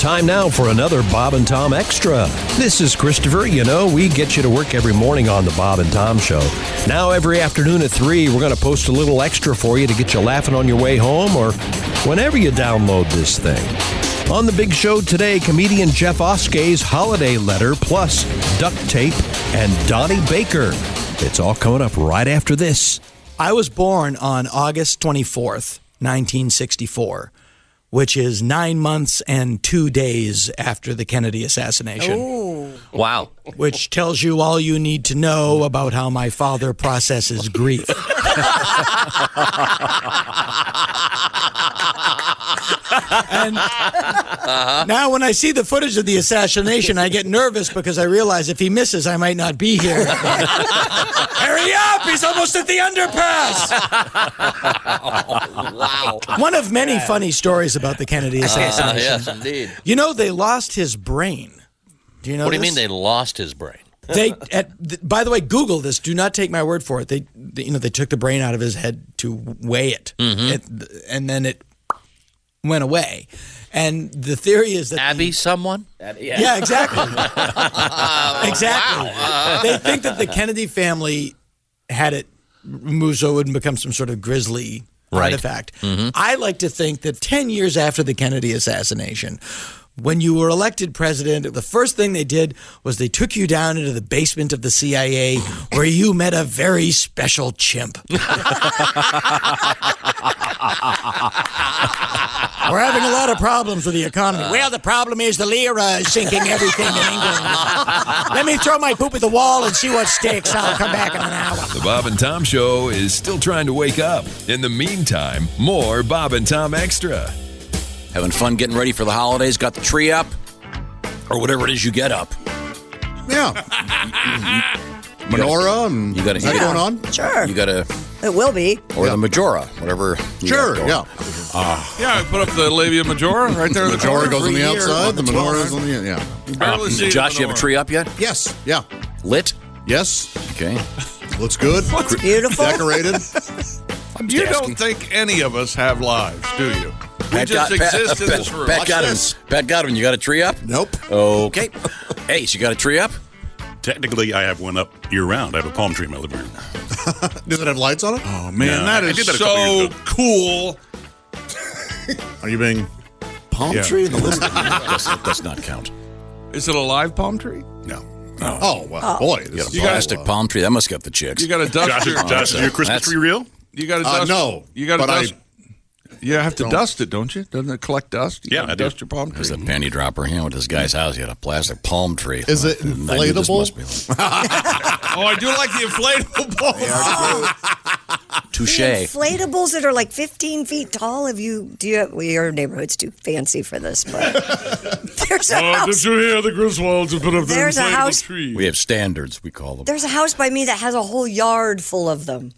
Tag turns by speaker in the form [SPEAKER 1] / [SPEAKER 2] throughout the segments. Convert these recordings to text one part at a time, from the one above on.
[SPEAKER 1] Time now for another Bob and Tom Extra. This is Christopher. You know, we get you to work every morning on the Bob and Tom Show. Now, every afternoon at 3, we're going to post a little extra for you to get you laughing on your way home or whenever you download this thing. On the big show today, comedian Jeff Oskay's holiday letter, plus duct tape and Donnie Baker. It's all coming up right after this.
[SPEAKER 2] I was born on August 24th, 1964, which is nine months and two days after the Kennedy assassination.
[SPEAKER 3] Wow.
[SPEAKER 2] Which tells you all you need to know about how my father processes grief. and
[SPEAKER 4] Uh-huh.
[SPEAKER 2] now, when I see the footage of the assassination, I get nervous because I realize if he misses, I might not be here. Hurry up! He's almost at the underpass.
[SPEAKER 3] Wow.
[SPEAKER 2] One of many funny stories about the Kennedy
[SPEAKER 3] Ah,
[SPEAKER 2] assassination.
[SPEAKER 3] yes, indeed.
[SPEAKER 2] You know, they lost his brain. Do you know
[SPEAKER 3] What do you
[SPEAKER 2] this?
[SPEAKER 3] mean they lost his brain?
[SPEAKER 2] they at, th- by the way google this do not take my word for it they, they- you know they took the brain out of his head to weigh it,
[SPEAKER 3] Hmm.
[SPEAKER 2] It- and then it went away and the theory is that
[SPEAKER 3] Abby, someone?
[SPEAKER 2] yeah exactly exactly
[SPEAKER 3] Uh-huh.
[SPEAKER 2] they think that the kennedy family had it removed so it wouldn't become some sort of grisly
[SPEAKER 3] Right.
[SPEAKER 2] artifact
[SPEAKER 5] Mm-hmm.
[SPEAKER 2] i like to think that 10 years after the kennedy assassination when you were elected president, the first thing they did was they took you down into the basement of the CIA where you met a very special chimp. we're having a lot of problems with the economy. Well, the problem is the lira is sinking everything in England. Let me throw my poop at the wall and see what sticks. I'll come back in an hour.
[SPEAKER 5] The Bob and Tom Show is still trying to wake up. In the meantime, more Bob and Tom Extra.
[SPEAKER 6] Having fun getting ready for the holidays, got the tree up, or whatever it is you get up.
[SPEAKER 7] Yeah. Menorah and
[SPEAKER 6] You gotta-
[SPEAKER 7] is that
[SPEAKER 6] you gotta-
[SPEAKER 7] going on?
[SPEAKER 8] Sure.
[SPEAKER 6] You got to,
[SPEAKER 8] it will be.
[SPEAKER 6] or the Majora, whatever. you
[SPEAKER 7] Sure,
[SPEAKER 6] got going. Ah.
[SPEAKER 7] yeah.
[SPEAKER 9] Yeah, I put up the labia majora right there. in the corner.
[SPEAKER 7] Menorah goes on
[SPEAKER 9] Free
[SPEAKER 7] the
[SPEAKER 9] year
[SPEAKER 7] outside, the
[SPEAKER 9] the
[SPEAKER 7] menorah
[SPEAKER 9] 12th.
[SPEAKER 7] is on the yeah.
[SPEAKER 9] You barely see the
[SPEAKER 6] Uh, Josh, you have a
[SPEAKER 9] menorah.
[SPEAKER 6] tree up yet?
[SPEAKER 7] Yes, yeah.
[SPEAKER 6] Lit?
[SPEAKER 7] Yes,
[SPEAKER 6] Okay.
[SPEAKER 7] looks good.
[SPEAKER 8] Beautiful.
[SPEAKER 7] Decorated.
[SPEAKER 9] You
[SPEAKER 6] asking.
[SPEAKER 9] don't think any of us have lives, do you? We just
[SPEAKER 6] Go-
[SPEAKER 9] exist in
[SPEAKER 6] Pat,
[SPEAKER 9] this room.
[SPEAKER 6] Pat
[SPEAKER 9] Watch
[SPEAKER 6] Godwin.
[SPEAKER 9] this.
[SPEAKER 6] Pat Godwin, you got a tree up?
[SPEAKER 7] Nope.
[SPEAKER 6] Okay. Ace, you got a tree up?
[SPEAKER 10] Technically, I have one up year round. I have a palm tree in my living room.
[SPEAKER 7] Does it have lights on it?
[SPEAKER 9] Oh man,
[SPEAKER 10] No,
[SPEAKER 9] that
[SPEAKER 10] I- I
[SPEAKER 9] is
[SPEAKER 10] did that a couple
[SPEAKER 9] so
[SPEAKER 10] years ago.
[SPEAKER 9] cool.
[SPEAKER 7] Are you being palm
[SPEAKER 10] Yeah.
[SPEAKER 7] tree in the living room?
[SPEAKER 6] Does, does not count.
[SPEAKER 9] Is it a live palm tree?
[SPEAKER 10] No.
[SPEAKER 7] Oh well, boy,
[SPEAKER 6] You
[SPEAKER 7] this
[SPEAKER 6] got a
[SPEAKER 7] is-
[SPEAKER 6] plastic palm tree. That must get the chicks.
[SPEAKER 9] You got a
[SPEAKER 10] Josh,
[SPEAKER 9] dust
[SPEAKER 10] is,
[SPEAKER 9] your,
[SPEAKER 10] Josh, is your Christmas
[SPEAKER 6] That's-
[SPEAKER 10] tree real?
[SPEAKER 9] you got to
[SPEAKER 7] Uh,
[SPEAKER 9] dust.
[SPEAKER 7] no,
[SPEAKER 9] you got to
[SPEAKER 7] but I-
[SPEAKER 9] dust. You have to dust it, don't you? Doesn't it collect dust? You
[SPEAKER 10] Yeah,
[SPEAKER 9] gotta
[SPEAKER 10] I do.
[SPEAKER 9] dust your palm tree.
[SPEAKER 6] There's that panty dropper. You know, at this guy's house, he had a plastic palm tree. Oh,
[SPEAKER 7] Is it
[SPEAKER 6] I knew this
[SPEAKER 7] inflatable?
[SPEAKER 6] must be like-
[SPEAKER 9] oh, I do like the inflatable palm.
[SPEAKER 6] Touche.
[SPEAKER 8] Inflatables that are like 15 feet tall. Have you? Do you? Well, your neighborhood's too fancy for this, but there's a house.
[SPEAKER 10] Uh, you hear the Griswolds have put up
[SPEAKER 8] the There's a inflatable house-
[SPEAKER 10] tree?
[SPEAKER 6] We have standards, we call them.
[SPEAKER 8] There's a house by me that has a whole yard full of them.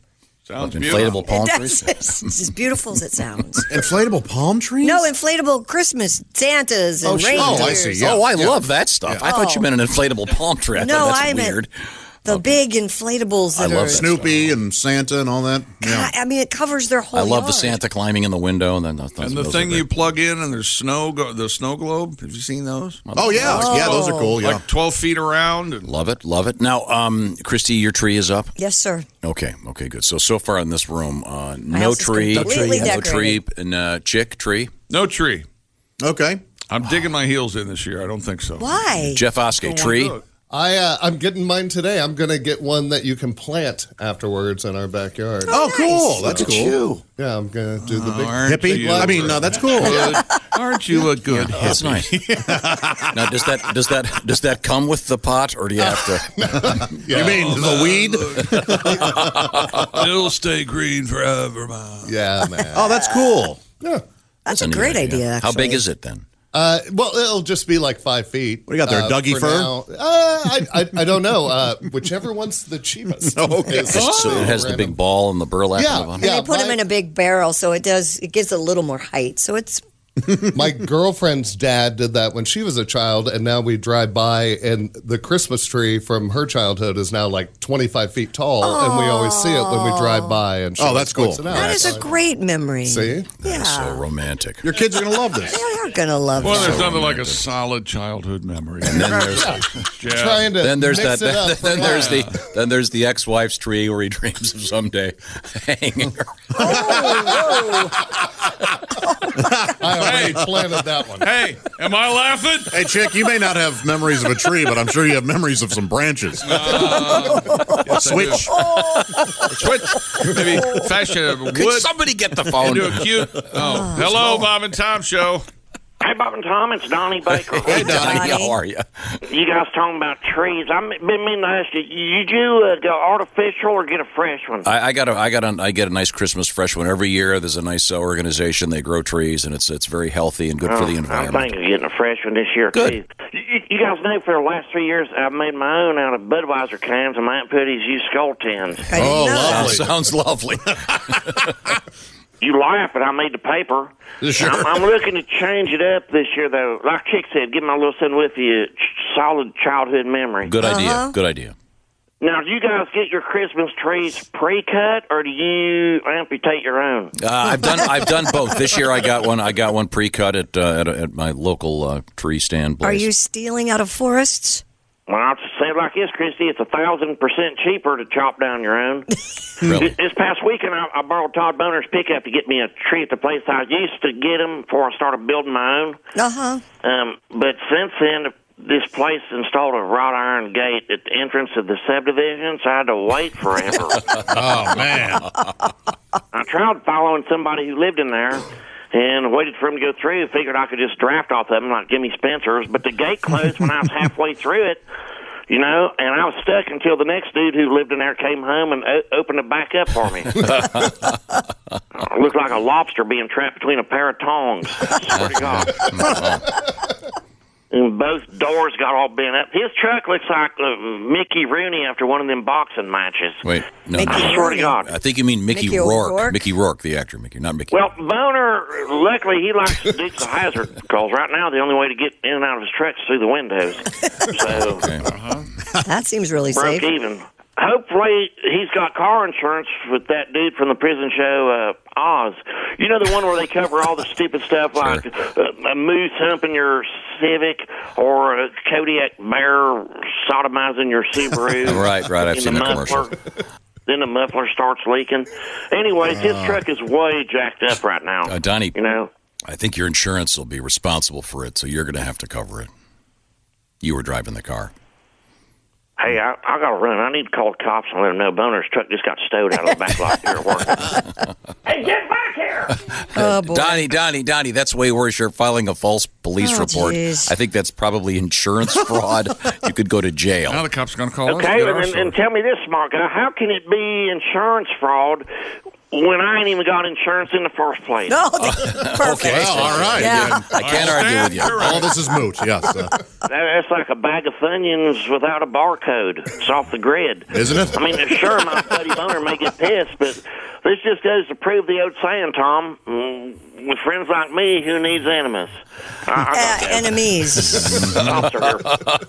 [SPEAKER 9] Sounds beautiful.
[SPEAKER 6] Inflatable palm
[SPEAKER 8] That's-
[SPEAKER 6] trees.
[SPEAKER 8] it's, as beautiful as it sounds.
[SPEAKER 7] inflatable palm trees.
[SPEAKER 8] No inflatable Christmas Santas and
[SPEAKER 7] Oh, sure.
[SPEAKER 8] reindeers.
[SPEAKER 7] Oh, I see. Yeah.
[SPEAKER 6] Oh, I love that stuff. I thought you
[SPEAKER 8] Oh.
[SPEAKER 6] meant an inflatable palm tree. I
[SPEAKER 8] No,
[SPEAKER 6] thought that's
[SPEAKER 8] I meant
[SPEAKER 6] weird.
[SPEAKER 8] the big inflatables that
[SPEAKER 6] I love
[SPEAKER 8] are.
[SPEAKER 6] that.
[SPEAKER 7] Snoopy and Santa and all that. Yeah.
[SPEAKER 8] God, I mean, it covers their whole.
[SPEAKER 6] I love the
[SPEAKER 8] yard.
[SPEAKER 6] Santa climbing in the window, and then those,
[SPEAKER 9] And the
[SPEAKER 6] those are
[SPEAKER 9] thing
[SPEAKER 6] great.
[SPEAKER 9] you plug in and there's snow, go- the snow globe. Have you seen those?
[SPEAKER 7] Oh yeah, yeah, those are cool. Yeah.
[SPEAKER 9] Oh, Like 12 feet around. And
[SPEAKER 6] love it, love it. Now, um, Christy, your tree is up.
[SPEAKER 8] Yes, sir.
[SPEAKER 6] Okay, okay, good. So so far in this room, uh, no
[SPEAKER 8] house is
[SPEAKER 6] tree,
[SPEAKER 8] completely
[SPEAKER 6] no
[SPEAKER 8] decorated.
[SPEAKER 6] tree, and uh, chick tree.
[SPEAKER 9] no tree.
[SPEAKER 7] okay.
[SPEAKER 9] I'm digging my heels in this year. I don't think so.
[SPEAKER 8] Why?
[SPEAKER 6] Jeff Oskey, tree.
[SPEAKER 11] I uh, I'm getting mine today. I'm gonna get one that you can plant afterwards in our backyard.
[SPEAKER 7] Oh, cool. That's
[SPEAKER 6] Look at
[SPEAKER 7] cool.
[SPEAKER 6] you.
[SPEAKER 11] Yeah, I'm gonna do
[SPEAKER 6] Oh,
[SPEAKER 11] the big.
[SPEAKER 9] Aren't
[SPEAKER 7] Hippie.
[SPEAKER 9] you
[SPEAKER 7] I mean, no, that's cool. Yeah.
[SPEAKER 9] good? Aren't you a good
[SPEAKER 6] That's nice. now, does that does that does that come with the pot, or do you have to?
[SPEAKER 7] You mean the weed?
[SPEAKER 9] It'll stay green forever, man.
[SPEAKER 11] Yeah, man.
[SPEAKER 7] Oh, that's cool.
[SPEAKER 11] Yeah.
[SPEAKER 8] That's
[SPEAKER 6] a
[SPEAKER 8] a great idea.
[SPEAKER 6] How big
[SPEAKER 8] actually.
[SPEAKER 6] is it then?
[SPEAKER 11] Uh, well, it'll just be like five feet.
[SPEAKER 7] What do you got there,
[SPEAKER 11] uh,
[SPEAKER 7] Dougie
[SPEAKER 11] for
[SPEAKER 7] fir?
[SPEAKER 11] now. Uh, I, I I don't know. Uh, whichever one's the cheapest.
[SPEAKER 7] Okay.
[SPEAKER 11] It's
[SPEAKER 6] So it has the
[SPEAKER 11] random.
[SPEAKER 6] big ball and the burlap. on the
[SPEAKER 11] Yeah,
[SPEAKER 6] bottom.
[SPEAKER 8] And
[SPEAKER 11] yeah.
[SPEAKER 8] they put them
[SPEAKER 11] my-
[SPEAKER 8] in a big barrel, so it does. It gives a little more height, so it's
[SPEAKER 11] My girlfriend's dad did that when she was a child, and now we drive by, and the Christmas tree from her childhood is now like 25 feet tall, and we always see it when we drive by. And she
[SPEAKER 7] Oh, that's
[SPEAKER 11] points
[SPEAKER 7] cool.
[SPEAKER 11] it out.
[SPEAKER 8] That is a great memory.
[SPEAKER 11] See?
[SPEAKER 8] Yeah.
[SPEAKER 6] So romantic.
[SPEAKER 7] Your kids are going to love this.
[SPEAKER 8] They are going to love
[SPEAKER 9] Well,
[SPEAKER 8] that.
[SPEAKER 9] there's nothing like a solid childhood memory.
[SPEAKER 6] And then there's
[SPEAKER 9] Yeah.
[SPEAKER 11] Trying to
[SPEAKER 6] then there's
[SPEAKER 11] mix
[SPEAKER 6] that
[SPEAKER 11] it up
[SPEAKER 6] then,
[SPEAKER 11] for
[SPEAKER 6] then
[SPEAKER 11] life.
[SPEAKER 6] there's the then there's the ex-wife's tree where he dreams of someday hanging her.
[SPEAKER 11] I already planted that one.
[SPEAKER 9] Hey, am I laughing?
[SPEAKER 10] Hey, Chick, you may not have memories of a tree, but I'm sure you have memories of some branches.
[SPEAKER 9] Uh,
[SPEAKER 10] Switch.
[SPEAKER 9] Switch. Maybe fashion a wood
[SPEAKER 6] Somebody get the
[SPEAKER 9] into
[SPEAKER 6] phone.
[SPEAKER 9] a cute. Oh, hello, Bob and Tom show.
[SPEAKER 12] Hey, Bob and Tom, it's Donnie Baker.
[SPEAKER 6] Hey, Donnie,
[SPEAKER 8] Donnie.
[SPEAKER 6] how are you?
[SPEAKER 12] you guys talking about trees? I've been meaning to ask you, you do uh, go artificial or get a fresh one?
[SPEAKER 6] I, I got a, I got a, I get a nice Christmas fresh one every year. There's a nice uh, organization. They grow trees, and it's it's very healthy and good for the
[SPEAKER 12] Oh, I'm
[SPEAKER 6] environment.
[SPEAKER 12] thinking of getting a fresh one this year,
[SPEAKER 6] Good.
[SPEAKER 12] too. You, you guys know for the last three years, I've made my own out of Budweiser cans and my Aunt Putty's used skull tins.
[SPEAKER 8] I didn't
[SPEAKER 11] Oh,
[SPEAKER 8] know that.
[SPEAKER 6] Sounds, sounds Oh, lovely.
[SPEAKER 12] You laugh, but I made the paper.
[SPEAKER 7] Sure.
[SPEAKER 12] I'm, I'm looking to change it up this year, though. Like Chick said, give my little son with you, ch- solid childhood memory.
[SPEAKER 6] Good idea. Good idea.
[SPEAKER 12] Now, do you guys get your Christmas trees pre-cut, or do you amputate your own?
[SPEAKER 6] Uh, I've done I've done both. This year I got one I got one pre-cut at uh, at, at my local uh, tree stand place.
[SPEAKER 8] Are you stealing out of forests?
[SPEAKER 12] Well, I'll just say it like this, Christy. It's a thousand percent cheaper to chop down your own.
[SPEAKER 6] really?
[SPEAKER 12] this past weekend, I, I borrowed Todd Boner's pickup to get me a tree at the place I used to get them before I started building my own.
[SPEAKER 8] Uh huh.
[SPEAKER 12] Um, but since then, this place installed a wrought iron gate at the entrance of the subdivision, so I had to wait forever.
[SPEAKER 7] Oh, man.
[SPEAKER 12] I tried following somebody who lived in there. And waited for him to go through. Figured I could just draft off of him like Jimmy Spencer's, but the gate closed when I was halfway through it, you know. And I was stuck until the next dude who lived in there came home and o- opened it back up for me. I looked like a lobster being trapped between a pair of tongs. Swear to God. And both doors got all bent up. His truck looks like uh, Mickey Rooney after one of them boxing matches.
[SPEAKER 6] Wait, no.
[SPEAKER 8] Mickey
[SPEAKER 6] no.
[SPEAKER 12] I swear to God.
[SPEAKER 6] I think you mean Mickey,
[SPEAKER 8] Mickey
[SPEAKER 6] Rourke.
[SPEAKER 8] Rourke?
[SPEAKER 6] Mickey Rourke, the actor. Mickey, not Mickey.
[SPEAKER 12] Well, Boner, luckily, he likes to do the hazard calls. Right now, the only way to get in and out of his truck is through the windows. So,
[SPEAKER 8] That seems really
[SPEAKER 12] broke
[SPEAKER 8] safe.
[SPEAKER 12] even. Hopefully, he's got car insurance with that dude from the prison show, uh, Oz. You know the one where they cover all the stupid stuff like uh, a moose humping your Civic or a Kodiak bear sodomizing your Subaru.
[SPEAKER 6] Right, right, I've
[SPEAKER 12] in
[SPEAKER 6] seen
[SPEAKER 12] the
[SPEAKER 6] that
[SPEAKER 12] muffler. Then the muffler starts leaking. Anyways, his truck is way jacked up right now.
[SPEAKER 6] Uh, Donnie,
[SPEAKER 12] you know.
[SPEAKER 6] I think your insurance will be responsible for it, so you're going to have to cover it. You were driving the car.
[SPEAKER 12] Hey, I, I gotta run. I need to call the cops and let them know Boner's truck just got stowed out of the back lot here at work. hey, get back here!
[SPEAKER 8] Oh, boy.
[SPEAKER 6] Uh, Donnie, Donnie, Donnie, that's way worse. You're filing a false police
[SPEAKER 8] Oh,
[SPEAKER 6] report.
[SPEAKER 8] geez.
[SPEAKER 6] I think that's probably insurance fraud. you could go to
[SPEAKER 9] Now
[SPEAKER 6] jail.
[SPEAKER 9] the cops are going to call us.
[SPEAKER 12] Okay,
[SPEAKER 9] and get our
[SPEAKER 12] and, and
[SPEAKER 9] story.
[SPEAKER 12] tell me this, smart guy. How can it be insurance fraud when I ain't even got insurance in the first place?
[SPEAKER 8] No, perfect.
[SPEAKER 6] Okay.
[SPEAKER 7] Well, all right.
[SPEAKER 8] Yeah.
[SPEAKER 6] I can't argue with you.
[SPEAKER 7] All this is moot. Yes. Uh,
[SPEAKER 12] That, that's like a bag of Funyuns without a barcode. It's off the grid.
[SPEAKER 7] isn't it?
[SPEAKER 12] I mean, sure, my buddy Boner may get pissed, but this just goes to prove the old saying, Tom. mm, With friends like me, who needs enemies?
[SPEAKER 8] Uh,
[SPEAKER 12] I, I got
[SPEAKER 8] enemies.
[SPEAKER 12] that.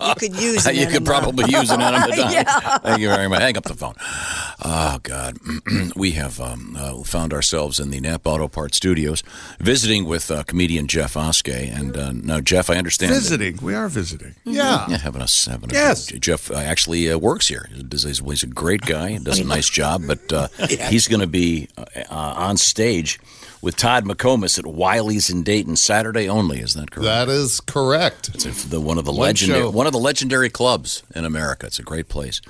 [SPEAKER 12] Officer here.
[SPEAKER 8] You could use. an
[SPEAKER 6] you
[SPEAKER 8] enema.
[SPEAKER 6] could probably use an enema. Donnie. Thank you very much. Hang up the phone. Oh God, we have um, uh, found ourselves in the Nap Auto Parts Studios, visiting with uh, comedian Jeff Oskey. And uh, now, Jeff, I understand. that- Mm-hmm.
[SPEAKER 9] visiting. We are visiting.
[SPEAKER 7] Yeah.
[SPEAKER 6] Yeah, having us having
[SPEAKER 7] Yes.
[SPEAKER 6] a, Jeff uh, actually uh, works here. He does- He's, he's a great guy. He does a nice job, but uh, he's going to be uh, uh, on stage with Todd McComas at Wiley's in Dayton Saturday only. Is that correct?
[SPEAKER 11] That is correct.
[SPEAKER 6] It's the one of the
[SPEAKER 11] One
[SPEAKER 6] legendary
[SPEAKER 11] show.
[SPEAKER 6] one of the legendary clubs in America. It's a great place,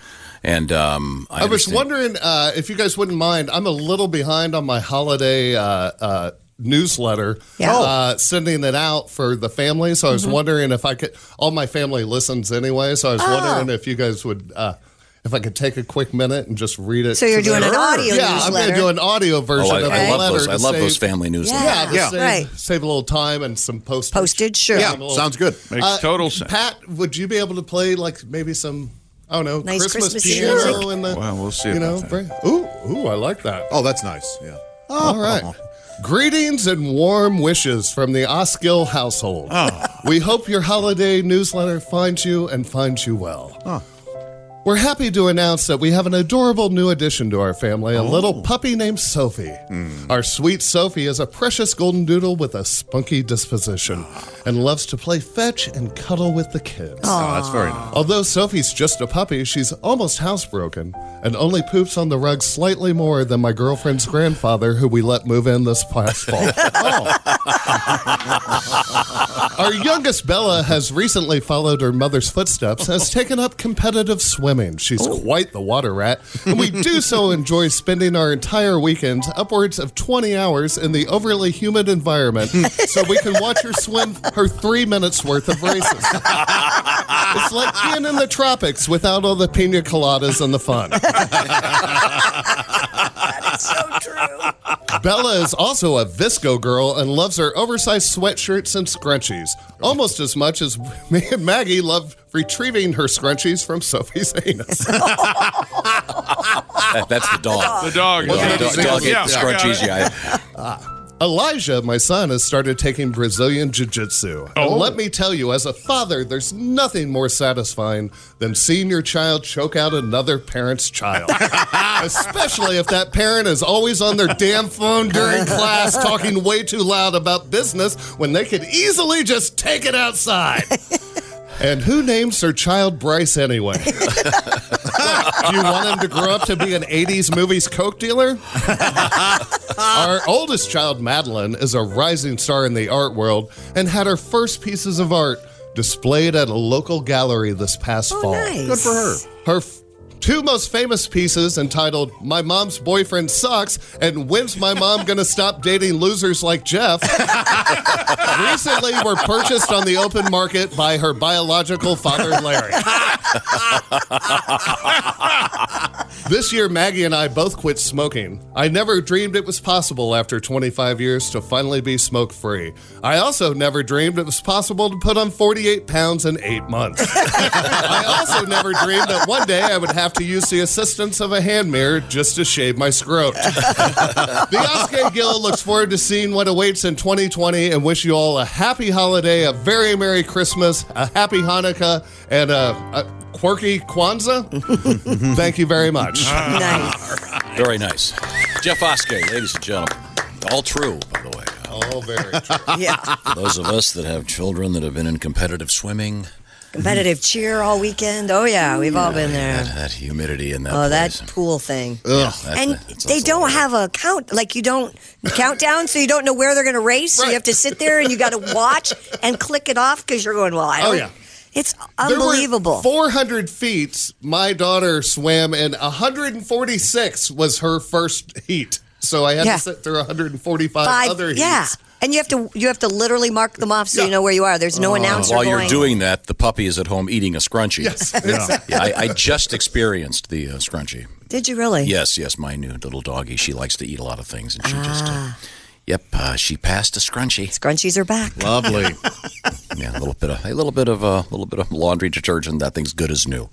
[SPEAKER 6] and um, I,
[SPEAKER 11] I was
[SPEAKER 6] understand-
[SPEAKER 11] wondering uh, if you guys wouldn't mind. I'm a little behind on my holiday uh, uh, newsletter,
[SPEAKER 8] Yeah. Oh. Mm-hmm.
[SPEAKER 11] uh, sending it out for the family. So I was wondering if I could. All my family listens anyway, so I was
[SPEAKER 8] Ah.
[SPEAKER 11] wondering if you guys would, uh, if I could take a quick minute and just read it.
[SPEAKER 8] So you're
[SPEAKER 11] to
[SPEAKER 8] doing
[SPEAKER 11] them.
[SPEAKER 8] an audio
[SPEAKER 11] Yeah, I'm
[SPEAKER 8] newsletter.
[SPEAKER 11] going to do an audio version
[SPEAKER 6] Oh, I,
[SPEAKER 11] of
[SPEAKER 6] I
[SPEAKER 11] the
[SPEAKER 6] love
[SPEAKER 11] letter.
[SPEAKER 6] those.
[SPEAKER 11] to
[SPEAKER 6] I love
[SPEAKER 11] save,
[SPEAKER 6] those family newsletters.
[SPEAKER 8] Yeah.
[SPEAKER 11] Yeah, to
[SPEAKER 8] Yeah.
[SPEAKER 11] Save,
[SPEAKER 8] Right.
[SPEAKER 11] save a little time and some postage.
[SPEAKER 8] Postage, sure.
[SPEAKER 11] Yeah.
[SPEAKER 7] Yeah, sounds good.
[SPEAKER 9] Makes total sense.
[SPEAKER 11] Uh, Pat, would you be able to play like maybe some I don't know
[SPEAKER 8] Nice
[SPEAKER 11] Christmas
[SPEAKER 8] Christmassy
[SPEAKER 11] piano
[SPEAKER 8] music?
[SPEAKER 11] in the
[SPEAKER 9] Well, we'll see
[SPEAKER 11] you
[SPEAKER 9] about
[SPEAKER 11] know
[SPEAKER 9] that.
[SPEAKER 11] bring- ooh ooh I like that
[SPEAKER 7] Oh, that's nice. Yeah.
[SPEAKER 11] All right. Greetings and warm wishes from the Oskill household.
[SPEAKER 7] Ah.
[SPEAKER 11] We hope your holiday newsletter finds you and finds you well.
[SPEAKER 7] Ah.
[SPEAKER 11] We're happy to announce that we have an adorable new addition to our family, a
[SPEAKER 7] Oh.
[SPEAKER 11] little puppy named Sophie.
[SPEAKER 7] Hmm.
[SPEAKER 11] Our sweet Sophie is a precious golden doodle with a spunky disposition
[SPEAKER 7] Ah.
[SPEAKER 11] and loves to play fetch and cuddle with the kids.
[SPEAKER 7] Oh, that's very nice.
[SPEAKER 11] Although Sophie's just a puppy, she's almost housebroken and only poops on the rug slightly more than my girlfriend's grandfather, who we let move in this past fall. Oh. Our youngest Bella has recently followed her mother's footsteps, has taken up competitive swimming. She's quite the water rat, and we do so enjoy spending our entire weekend, upwards of 20 hours, in the overly humid environment so we can watch her swim her three minutes worth of races. It's like being in the tropics without all the pina coladas and the fun. Bella is also a Visco girl and loves her oversized sweatshirts and scrunchies almost as much as me and Maggie love retrieving her scrunchies from Sophie's anus.
[SPEAKER 6] That- that's the dog.
[SPEAKER 11] The dog.
[SPEAKER 6] Oh, Yeah,
[SPEAKER 11] Okay.
[SPEAKER 6] the dog,
[SPEAKER 11] Yeah,
[SPEAKER 6] dog ate
[SPEAKER 11] yeah,
[SPEAKER 6] scrunchies.
[SPEAKER 11] yeah.
[SPEAKER 6] Yeah.
[SPEAKER 11] Elijah, my son, has started taking Brazilian Jiu Jitsu. And
[SPEAKER 6] Oh.
[SPEAKER 11] let me tell you, as a father, there's nothing more satisfying than seeing your child choke out another parent's child. Especially if that parent is always on their damn phone during class talking way too loud about business when they could easily just take it outside. And who names their child Bryce anyway? Do you want him to grow up to be an 80s movies coke dealer? Our oldest child, Madeline, is a rising star in the art world and had her first pieces of art displayed at a local gallery this past fall.
[SPEAKER 7] nice. Good for her.
[SPEAKER 11] Her f- two most famous pieces, entitled My Mom's Boyfriend Sucks and When's My Mom Gonna Stop Dating Losers Like Jeff, recently were purchased on the open market by her biological father, Larry. This year, Maggie and I both quit smoking. I never dreamed it was possible after 25 years to finally be smoke free. I also never dreamed it was possible to put on 48 pounds in eight months. I also never dreamed that one day I would have to use the assistance of a hand mirror just to shave my scrot. the Oscar Guild looks forward to seeing what awaits in 2020 and wish you all a happy holiday, a very Merry Christmas, a happy Hanukkah, and a, a quirky Kwanzaa. Thank you very much.
[SPEAKER 6] Very nice. Jeff Oskey, ladies and gentlemen. All true, by the way.
[SPEAKER 11] All very true.
[SPEAKER 8] yeah.
[SPEAKER 6] For those of us that have children that have been in competitive swimming,
[SPEAKER 8] Competitive cheer all weekend. Oh, yeah. We've all been there.
[SPEAKER 6] that, that humidity in that
[SPEAKER 8] oh,
[SPEAKER 6] place.
[SPEAKER 8] that pool thing.
[SPEAKER 6] Ugh. That-
[SPEAKER 8] and
[SPEAKER 6] that's
[SPEAKER 8] they don't have a count, like you don't countdown, so you don't know where they're going to race. So you have to sit there and you got to watch and click it off because you're going, well, I
[SPEAKER 11] Oh,
[SPEAKER 8] don't.
[SPEAKER 11] yeah.
[SPEAKER 8] It's
[SPEAKER 11] There were
[SPEAKER 8] unbelievable.
[SPEAKER 11] 400 feet, my daughter swam, and 146 was her first heat. So I had
[SPEAKER 8] Yeah.
[SPEAKER 11] to sit through 145
[SPEAKER 8] Five-
[SPEAKER 11] other heats.
[SPEAKER 8] yeah. And you have to you have to literally mark them off so you know where you are. There's no announcer
[SPEAKER 6] Uh, While
[SPEAKER 8] going.
[SPEAKER 6] you're doing that, the puppy is at home eating a scrunchie.
[SPEAKER 8] Yes.
[SPEAKER 6] yeah. I, I just experienced the uh, scrunchie.
[SPEAKER 8] Did you really?
[SPEAKER 6] Yes, yes. My new little doggie, she likes to eat a lot of things, and she just, uh, yep, uh, she passed a scrunchie.
[SPEAKER 8] Ah. Scrunchies are back.
[SPEAKER 6] Lovely. yeah, a little bit of a little bit of uh, a little bit of laundry detergent. That thing's good as new.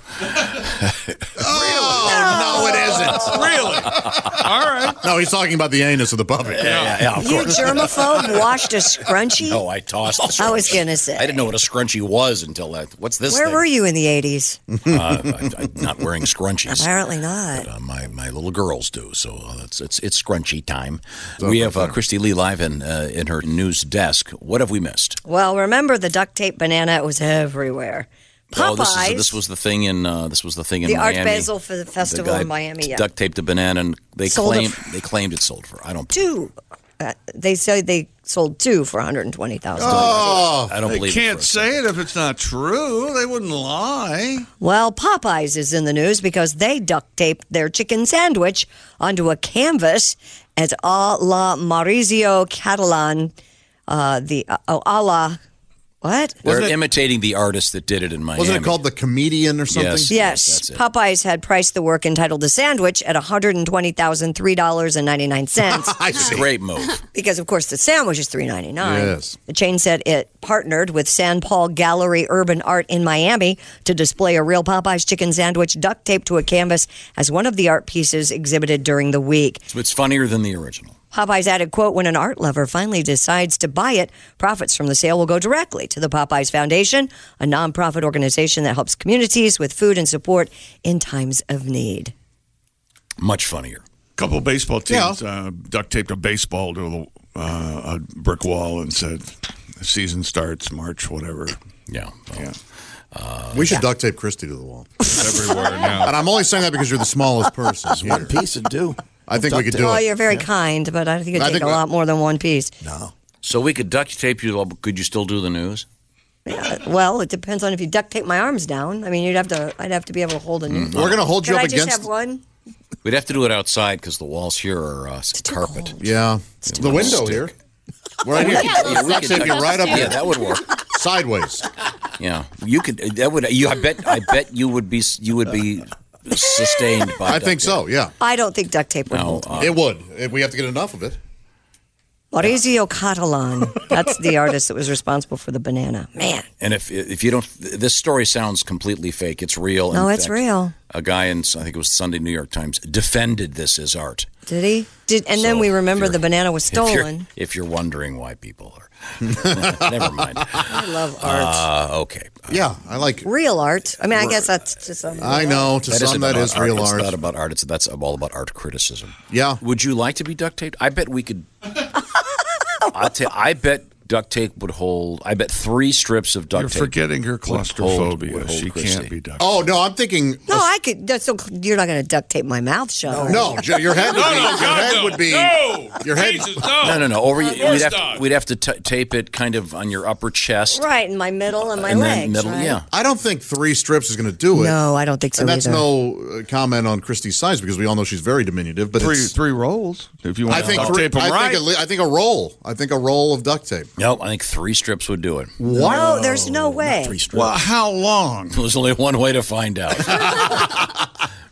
[SPEAKER 7] Oh, no, it isn't. Really? All right. No, he's talking about the anus of the puppy. Yeah,
[SPEAKER 6] yeah, yeah, of
[SPEAKER 8] You germaphobe washed a scrunchie?
[SPEAKER 6] No, I tossed. The
[SPEAKER 8] I was
[SPEAKER 6] scrunchie.
[SPEAKER 8] gonna say.
[SPEAKER 6] I didn't know what a scrunchie was until that. What's this?
[SPEAKER 8] Where
[SPEAKER 6] thing?
[SPEAKER 8] were you in the 80s?
[SPEAKER 6] uh, I, I'm not wearing scrunchies.
[SPEAKER 8] Apparently not.
[SPEAKER 6] Uh, my my little girls do. So uh, it's it's it's scrunchy time. we have uh, Christy Lee live in uh, in her news desk. What have we missed?
[SPEAKER 8] Well, remember the duct tape banana? It was everywhere. Popeyes,
[SPEAKER 6] Oh, this, is, this was the thing in uh, this was the thing in
[SPEAKER 8] the Art
[SPEAKER 6] Miami.
[SPEAKER 8] Basel for the festival
[SPEAKER 6] guy
[SPEAKER 8] in Miami. Yeah.
[SPEAKER 6] Duct taped a banana, and they
[SPEAKER 8] Sold it
[SPEAKER 6] claimed
[SPEAKER 8] for-
[SPEAKER 6] they claimed it sold for. I don't.
[SPEAKER 8] two. Uh, they say they sold two for 120000
[SPEAKER 9] Oh,
[SPEAKER 6] I don't
[SPEAKER 9] they
[SPEAKER 6] believe it
[SPEAKER 9] can't say it if it's not true. They wouldn't lie.
[SPEAKER 8] Well, Popeyes is in the news because they duct taped their chicken sandwich onto a canvas at a la Maurizio Catalan, uh, the uh, oh, a la what?
[SPEAKER 6] They're imitating the artist that did it in Miami.
[SPEAKER 7] Wasn't it called the comedian or something?
[SPEAKER 6] Yes.
[SPEAKER 8] Yes, Popeyes had priced the work entitled "The Sandwich" at one hundred and twenty thousand three dollars and ninety nine cents.
[SPEAKER 6] Great move.
[SPEAKER 8] because of course the sandwich is three ninety nine.
[SPEAKER 6] Yes.
[SPEAKER 8] The chain said it partnered with San Paul Gallery Urban Art in Miami to display a real Popeye's chicken sandwich duct taped to a canvas as one of the art pieces exhibited during the week.
[SPEAKER 6] So it's funnier than the original.
[SPEAKER 8] Popeyes added, quote, when an art lover finally decides to buy it, profits from the sale will go directly to the Popeyes Foundation, a nonprofit organization that helps communities with food and support in times of need.
[SPEAKER 6] Much funnier.
[SPEAKER 10] couple baseball teams uh, duct taped a baseball to a, uh, a brick wall and said, "The "Season starts March, whatever."
[SPEAKER 6] Yeah, uh,
[SPEAKER 10] yeah.
[SPEAKER 7] we should duct tape Christie to the wall.
[SPEAKER 10] everywhere now.
[SPEAKER 7] And I'm only saying that because you're the smallest person.
[SPEAKER 13] One piece would do.
[SPEAKER 7] I think we could do
[SPEAKER 6] Oh,
[SPEAKER 8] well,
[SPEAKER 7] it.
[SPEAKER 8] oh, you're very kind, but I think it
[SPEAKER 7] I
[SPEAKER 8] take
[SPEAKER 7] think
[SPEAKER 8] a
[SPEAKER 7] that-
[SPEAKER 8] lot more than one piece.
[SPEAKER 6] No. So we could duct tape you. Could you still do the news?
[SPEAKER 8] Uh, well, it depends on if you duct tape my arms down. I mean, you'd have to. I'd have to be able to hold a
[SPEAKER 7] Mm-hmm.
[SPEAKER 8] new.
[SPEAKER 6] We're gonna hold you
[SPEAKER 8] Can
[SPEAKER 6] up
[SPEAKER 8] I just
[SPEAKER 6] against-
[SPEAKER 8] have one?
[SPEAKER 6] We'd have to do it outside because the walls here are uh, carpet.
[SPEAKER 7] Yeah. the window
[SPEAKER 6] Stick.
[SPEAKER 7] here. Right here.
[SPEAKER 6] Yeah, we
[SPEAKER 7] Duct
[SPEAKER 6] could
[SPEAKER 7] tape you
[SPEAKER 6] duct-
[SPEAKER 7] right up
[SPEAKER 6] yeah,
[SPEAKER 7] here.
[SPEAKER 6] that would work.
[SPEAKER 7] Sideways.
[SPEAKER 6] Yeah, you could. That would. You. I bet. I bet you would be. You would be sustained by.
[SPEAKER 7] I think so, yeah.
[SPEAKER 8] I don't think duct tape would
[SPEAKER 6] No,
[SPEAKER 8] hold.
[SPEAKER 6] uh,
[SPEAKER 7] it would. If we have to get enough of it.
[SPEAKER 8] Maurizio Catalan. That's the artist that was responsible for the banana. Man,
[SPEAKER 6] And if if you don't, this story sounds completely fake. It's real. In
[SPEAKER 8] no, it's
[SPEAKER 6] fact,
[SPEAKER 8] real.
[SPEAKER 6] A guy in I think it was Sunday New York Times defended this as art.
[SPEAKER 8] Did he? Did and then
[SPEAKER 6] So,
[SPEAKER 8] we remember the banana was
[SPEAKER 6] If you're-
[SPEAKER 8] stolen.
[SPEAKER 6] If you're, wondering why people are, never mind.
[SPEAKER 8] I love art.
[SPEAKER 6] Uh, okay.
[SPEAKER 7] yeah, I like
[SPEAKER 8] real art. I mean, I guess that's just.
[SPEAKER 6] That isn't
[SPEAKER 7] that
[SPEAKER 6] about
[SPEAKER 7] is real
[SPEAKER 6] It's
[SPEAKER 7] art.
[SPEAKER 6] not about art. It's that's all about art criticism.
[SPEAKER 7] Yeah.
[SPEAKER 6] Would you like to be duct taped? I bet we could. I ta- I bet duct tape would hold. I bet three strips of duct
[SPEAKER 10] You're
[SPEAKER 6] tape.
[SPEAKER 10] forgetting her
[SPEAKER 6] would hold-
[SPEAKER 10] claustrophobia.
[SPEAKER 6] would hold
[SPEAKER 10] She can't
[SPEAKER 6] Christie.
[SPEAKER 10] be
[SPEAKER 7] Oh no, I'm thinking.
[SPEAKER 8] No, I could. That's so. You're not going to duct tape my mouth shut. are
[SPEAKER 7] No,
[SPEAKER 11] Oh,
[SPEAKER 8] you?
[SPEAKER 7] Joe, your head would be. your head would be. Your head.
[SPEAKER 6] No, no, no. Over.
[SPEAKER 8] Of
[SPEAKER 6] We'd have, to,
[SPEAKER 8] course
[SPEAKER 6] we'd have to t- tape it kind of on your upper chest.
[SPEAKER 8] Right in my middle and my
[SPEAKER 6] And then
[SPEAKER 8] legs.
[SPEAKER 6] middle-
[SPEAKER 8] right?
[SPEAKER 6] yeah.
[SPEAKER 7] I don't think three strips is going to do it.
[SPEAKER 8] No, I don't think so
[SPEAKER 7] And that's
[SPEAKER 8] either.
[SPEAKER 7] no uh, comment on Christie's size because we all know she's very diminutive. But
[SPEAKER 10] Three-
[SPEAKER 7] three
[SPEAKER 10] rolls. If you
[SPEAKER 7] I
[SPEAKER 10] want to
[SPEAKER 7] think
[SPEAKER 10] duct
[SPEAKER 7] three,
[SPEAKER 10] tape 'em
[SPEAKER 7] I
[SPEAKER 10] right.
[SPEAKER 7] think a, li- I think a roll. I think a roll of duct tape.
[SPEAKER 6] No, I think three strips would do it.
[SPEAKER 7] What?
[SPEAKER 8] No, there's no way.
[SPEAKER 6] Well,
[SPEAKER 7] how long?
[SPEAKER 6] There's only one way to find out.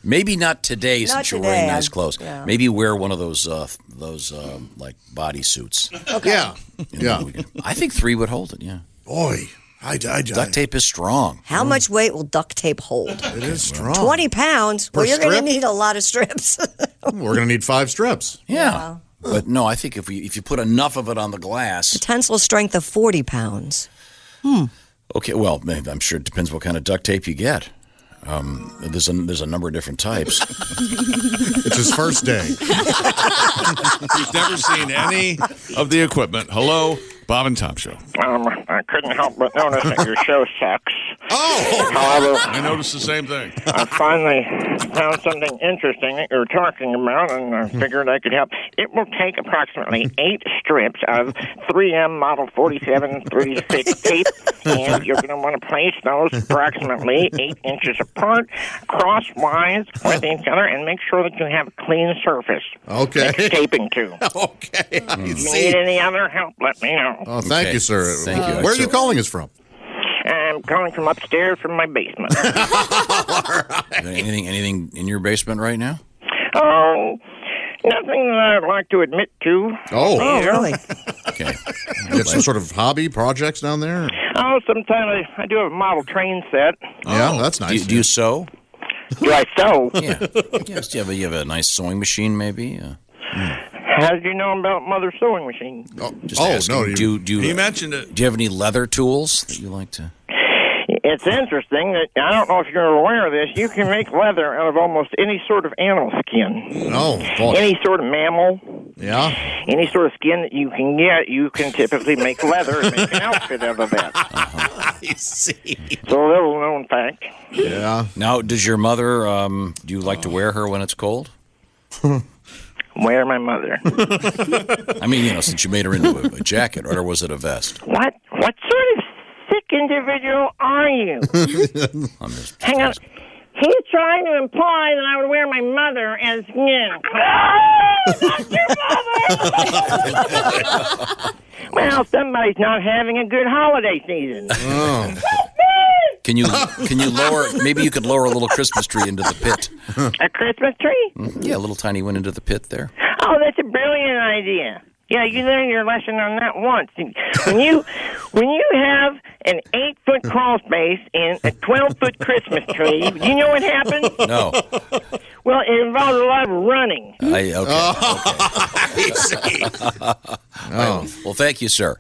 [SPEAKER 6] Maybe not today,
[SPEAKER 8] Not
[SPEAKER 6] since you're
[SPEAKER 8] today,
[SPEAKER 6] wearing nice
[SPEAKER 8] I'm-
[SPEAKER 6] clothes.
[SPEAKER 8] yeah.
[SPEAKER 6] Maybe wear one of those uh, those um, like body suits.
[SPEAKER 7] Yeah. Yeah.
[SPEAKER 6] I think three would hold it. Yeah.
[SPEAKER 7] Boy, I, I,
[SPEAKER 6] Duct tape is strong.
[SPEAKER 8] How much weight will duct tape hold?
[SPEAKER 7] It is strong.
[SPEAKER 8] 20 pounds? well,
[SPEAKER 7] Per
[SPEAKER 8] you're going to
[SPEAKER 7] strip?
[SPEAKER 8] need a lot of strips.
[SPEAKER 7] We're going to need five strips.
[SPEAKER 6] Yeah. But no, I think if we if you put enough of it on the glass,
[SPEAKER 8] Tensile strength of 40 pounds. Hmm.
[SPEAKER 6] okay. Well, maybe- I'm sure it depends what kind of duct tape you get. Um, there's a there's a number of different types.
[SPEAKER 7] it's his first day.
[SPEAKER 10] You've never seen any of the equipment. Hello, Bob and Tom Show.
[SPEAKER 4] Um, I couldn't help but notice that your show sucks. Oh! However,
[SPEAKER 10] I noticed the same thing.
[SPEAKER 4] I finally found something interesting that you were talking about, and
[SPEAKER 10] Hmm.
[SPEAKER 4] I figured I could help. It will take approximately eight strips of 3M Model 47 36 tape, and you're going to want to place those approximately eight inches apart, crosswise with each other, and make sure that you have a clean surface.
[SPEAKER 7] Okay.
[SPEAKER 4] Next taping to.
[SPEAKER 7] Okay. I
[SPEAKER 4] If you
[SPEAKER 7] see.
[SPEAKER 4] need any other help, let me know.
[SPEAKER 7] Oh, thank
[SPEAKER 6] Okay.
[SPEAKER 7] you, sir.
[SPEAKER 6] Thank you.
[SPEAKER 7] Where are
[SPEAKER 6] So-
[SPEAKER 7] you calling us from?
[SPEAKER 4] I'm calling from upstairs from my basement.
[SPEAKER 6] anything anything in your basement right now?
[SPEAKER 4] Oh, nothing that I'd like to admit to.
[SPEAKER 7] Oh.
[SPEAKER 4] You know?
[SPEAKER 6] Okay.
[SPEAKER 7] You have some sort of hobby projects down there?
[SPEAKER 4] Oh, sometimes I, I do have a model train set.
[SPEAKER 7] Yeah, that's
[SPEAKER 6] Do,
[SPEAKER 7] nice.
[SPEAKER 6] you- do you sew?
[SPEAKER 4] Do I sew?
[SPEAKER 6] Yeah. Yes, do you, have a, you have a nice sewing machine, maybe? Uh,
[SPEAKER 4] How did you know about mother sewing machine?
[SPEAKER 6] just
[SPEAKER 7] Oh,
[SPEAKER 6] asking,
[SPEAKER 7] no, you-
[SPEAKER 6] do, do,
[SPEAKER 10] He mentioned it.
[SPEAKER 6] Do you have any leather tools that you like to?
[SPEAKER 4] It's interesting that I don't know if you're aware of this. You can make leather out of almost any sort of animal skin,
[SPEAKER 7] Oh,
[SPEAKER 4] any sort of mammal,
[SPEAKER 7] Yeah.
[SPEAKER 4] any sort of skin that you can get. You can typically make leather and make an outfit out of that.
[SPEAKER 7] Uh-huh.
[SPEAKER 2] I see.
[SPEAKER 4] It's a little known fact.
[SPEAKER 7] Yeah.
[SPEAKER 6] Now, does your mother? Um, do you like to wear her when it's cold?
[SPEAKER 4] Where my mother?
[SPEAKER 6] I mean, you know, since you made her into a, a jacket, or was it a vest?
[SPEAKER 4] What? What sort of sick individual are you? Hang on. He's trying to imply that I would wear my mother as skin. well, somebody's not having a good holiday season.
[SPEAKER 6] Can you can you lower? Maybe you could lower a little Christmas tree into the pit.
[SPEAKER 4] A Christmas tree?
[SPEAKER 6] Yeah, a little tiny one into the pit there.
[SPEAKER 4] Oh, that's a brilliant idea. Yeah, you learned your lesson on that once. When you when you have an eight foot crawl space and a twelve foot Christmas tree, you know what happens?
[SPEAKER 6] No,
[SPEAKER 4] Well, it involves a lot of running.
[SPEAKER 6] I, okay.
[SPEAKER 4] Oh,
[SPEAKER 6] okay. oh. Well, thank you, sir.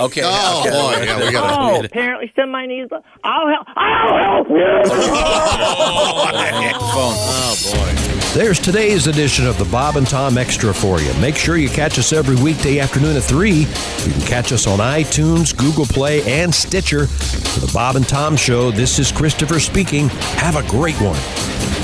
[SPEAKER 6] Okay.
[SPEAKER 4] Oh,
[SPEAKER 6] okay.
[SPEAKER 4] boy,
[SPEAKER 6] yeah, we gotta-
[SPEAKER 4] oh apparently somebody needs. I'll help. I'll help you.
[SPEAKER 1] There's today's edition of the Bob and Tom Extra for you. Make sure you catch us every weekday afternoon at 3. You can catch us on iTunes, Google Play, and Stitcher. For the Bob and Tom Show, this is Christopher speaking. Have a great one.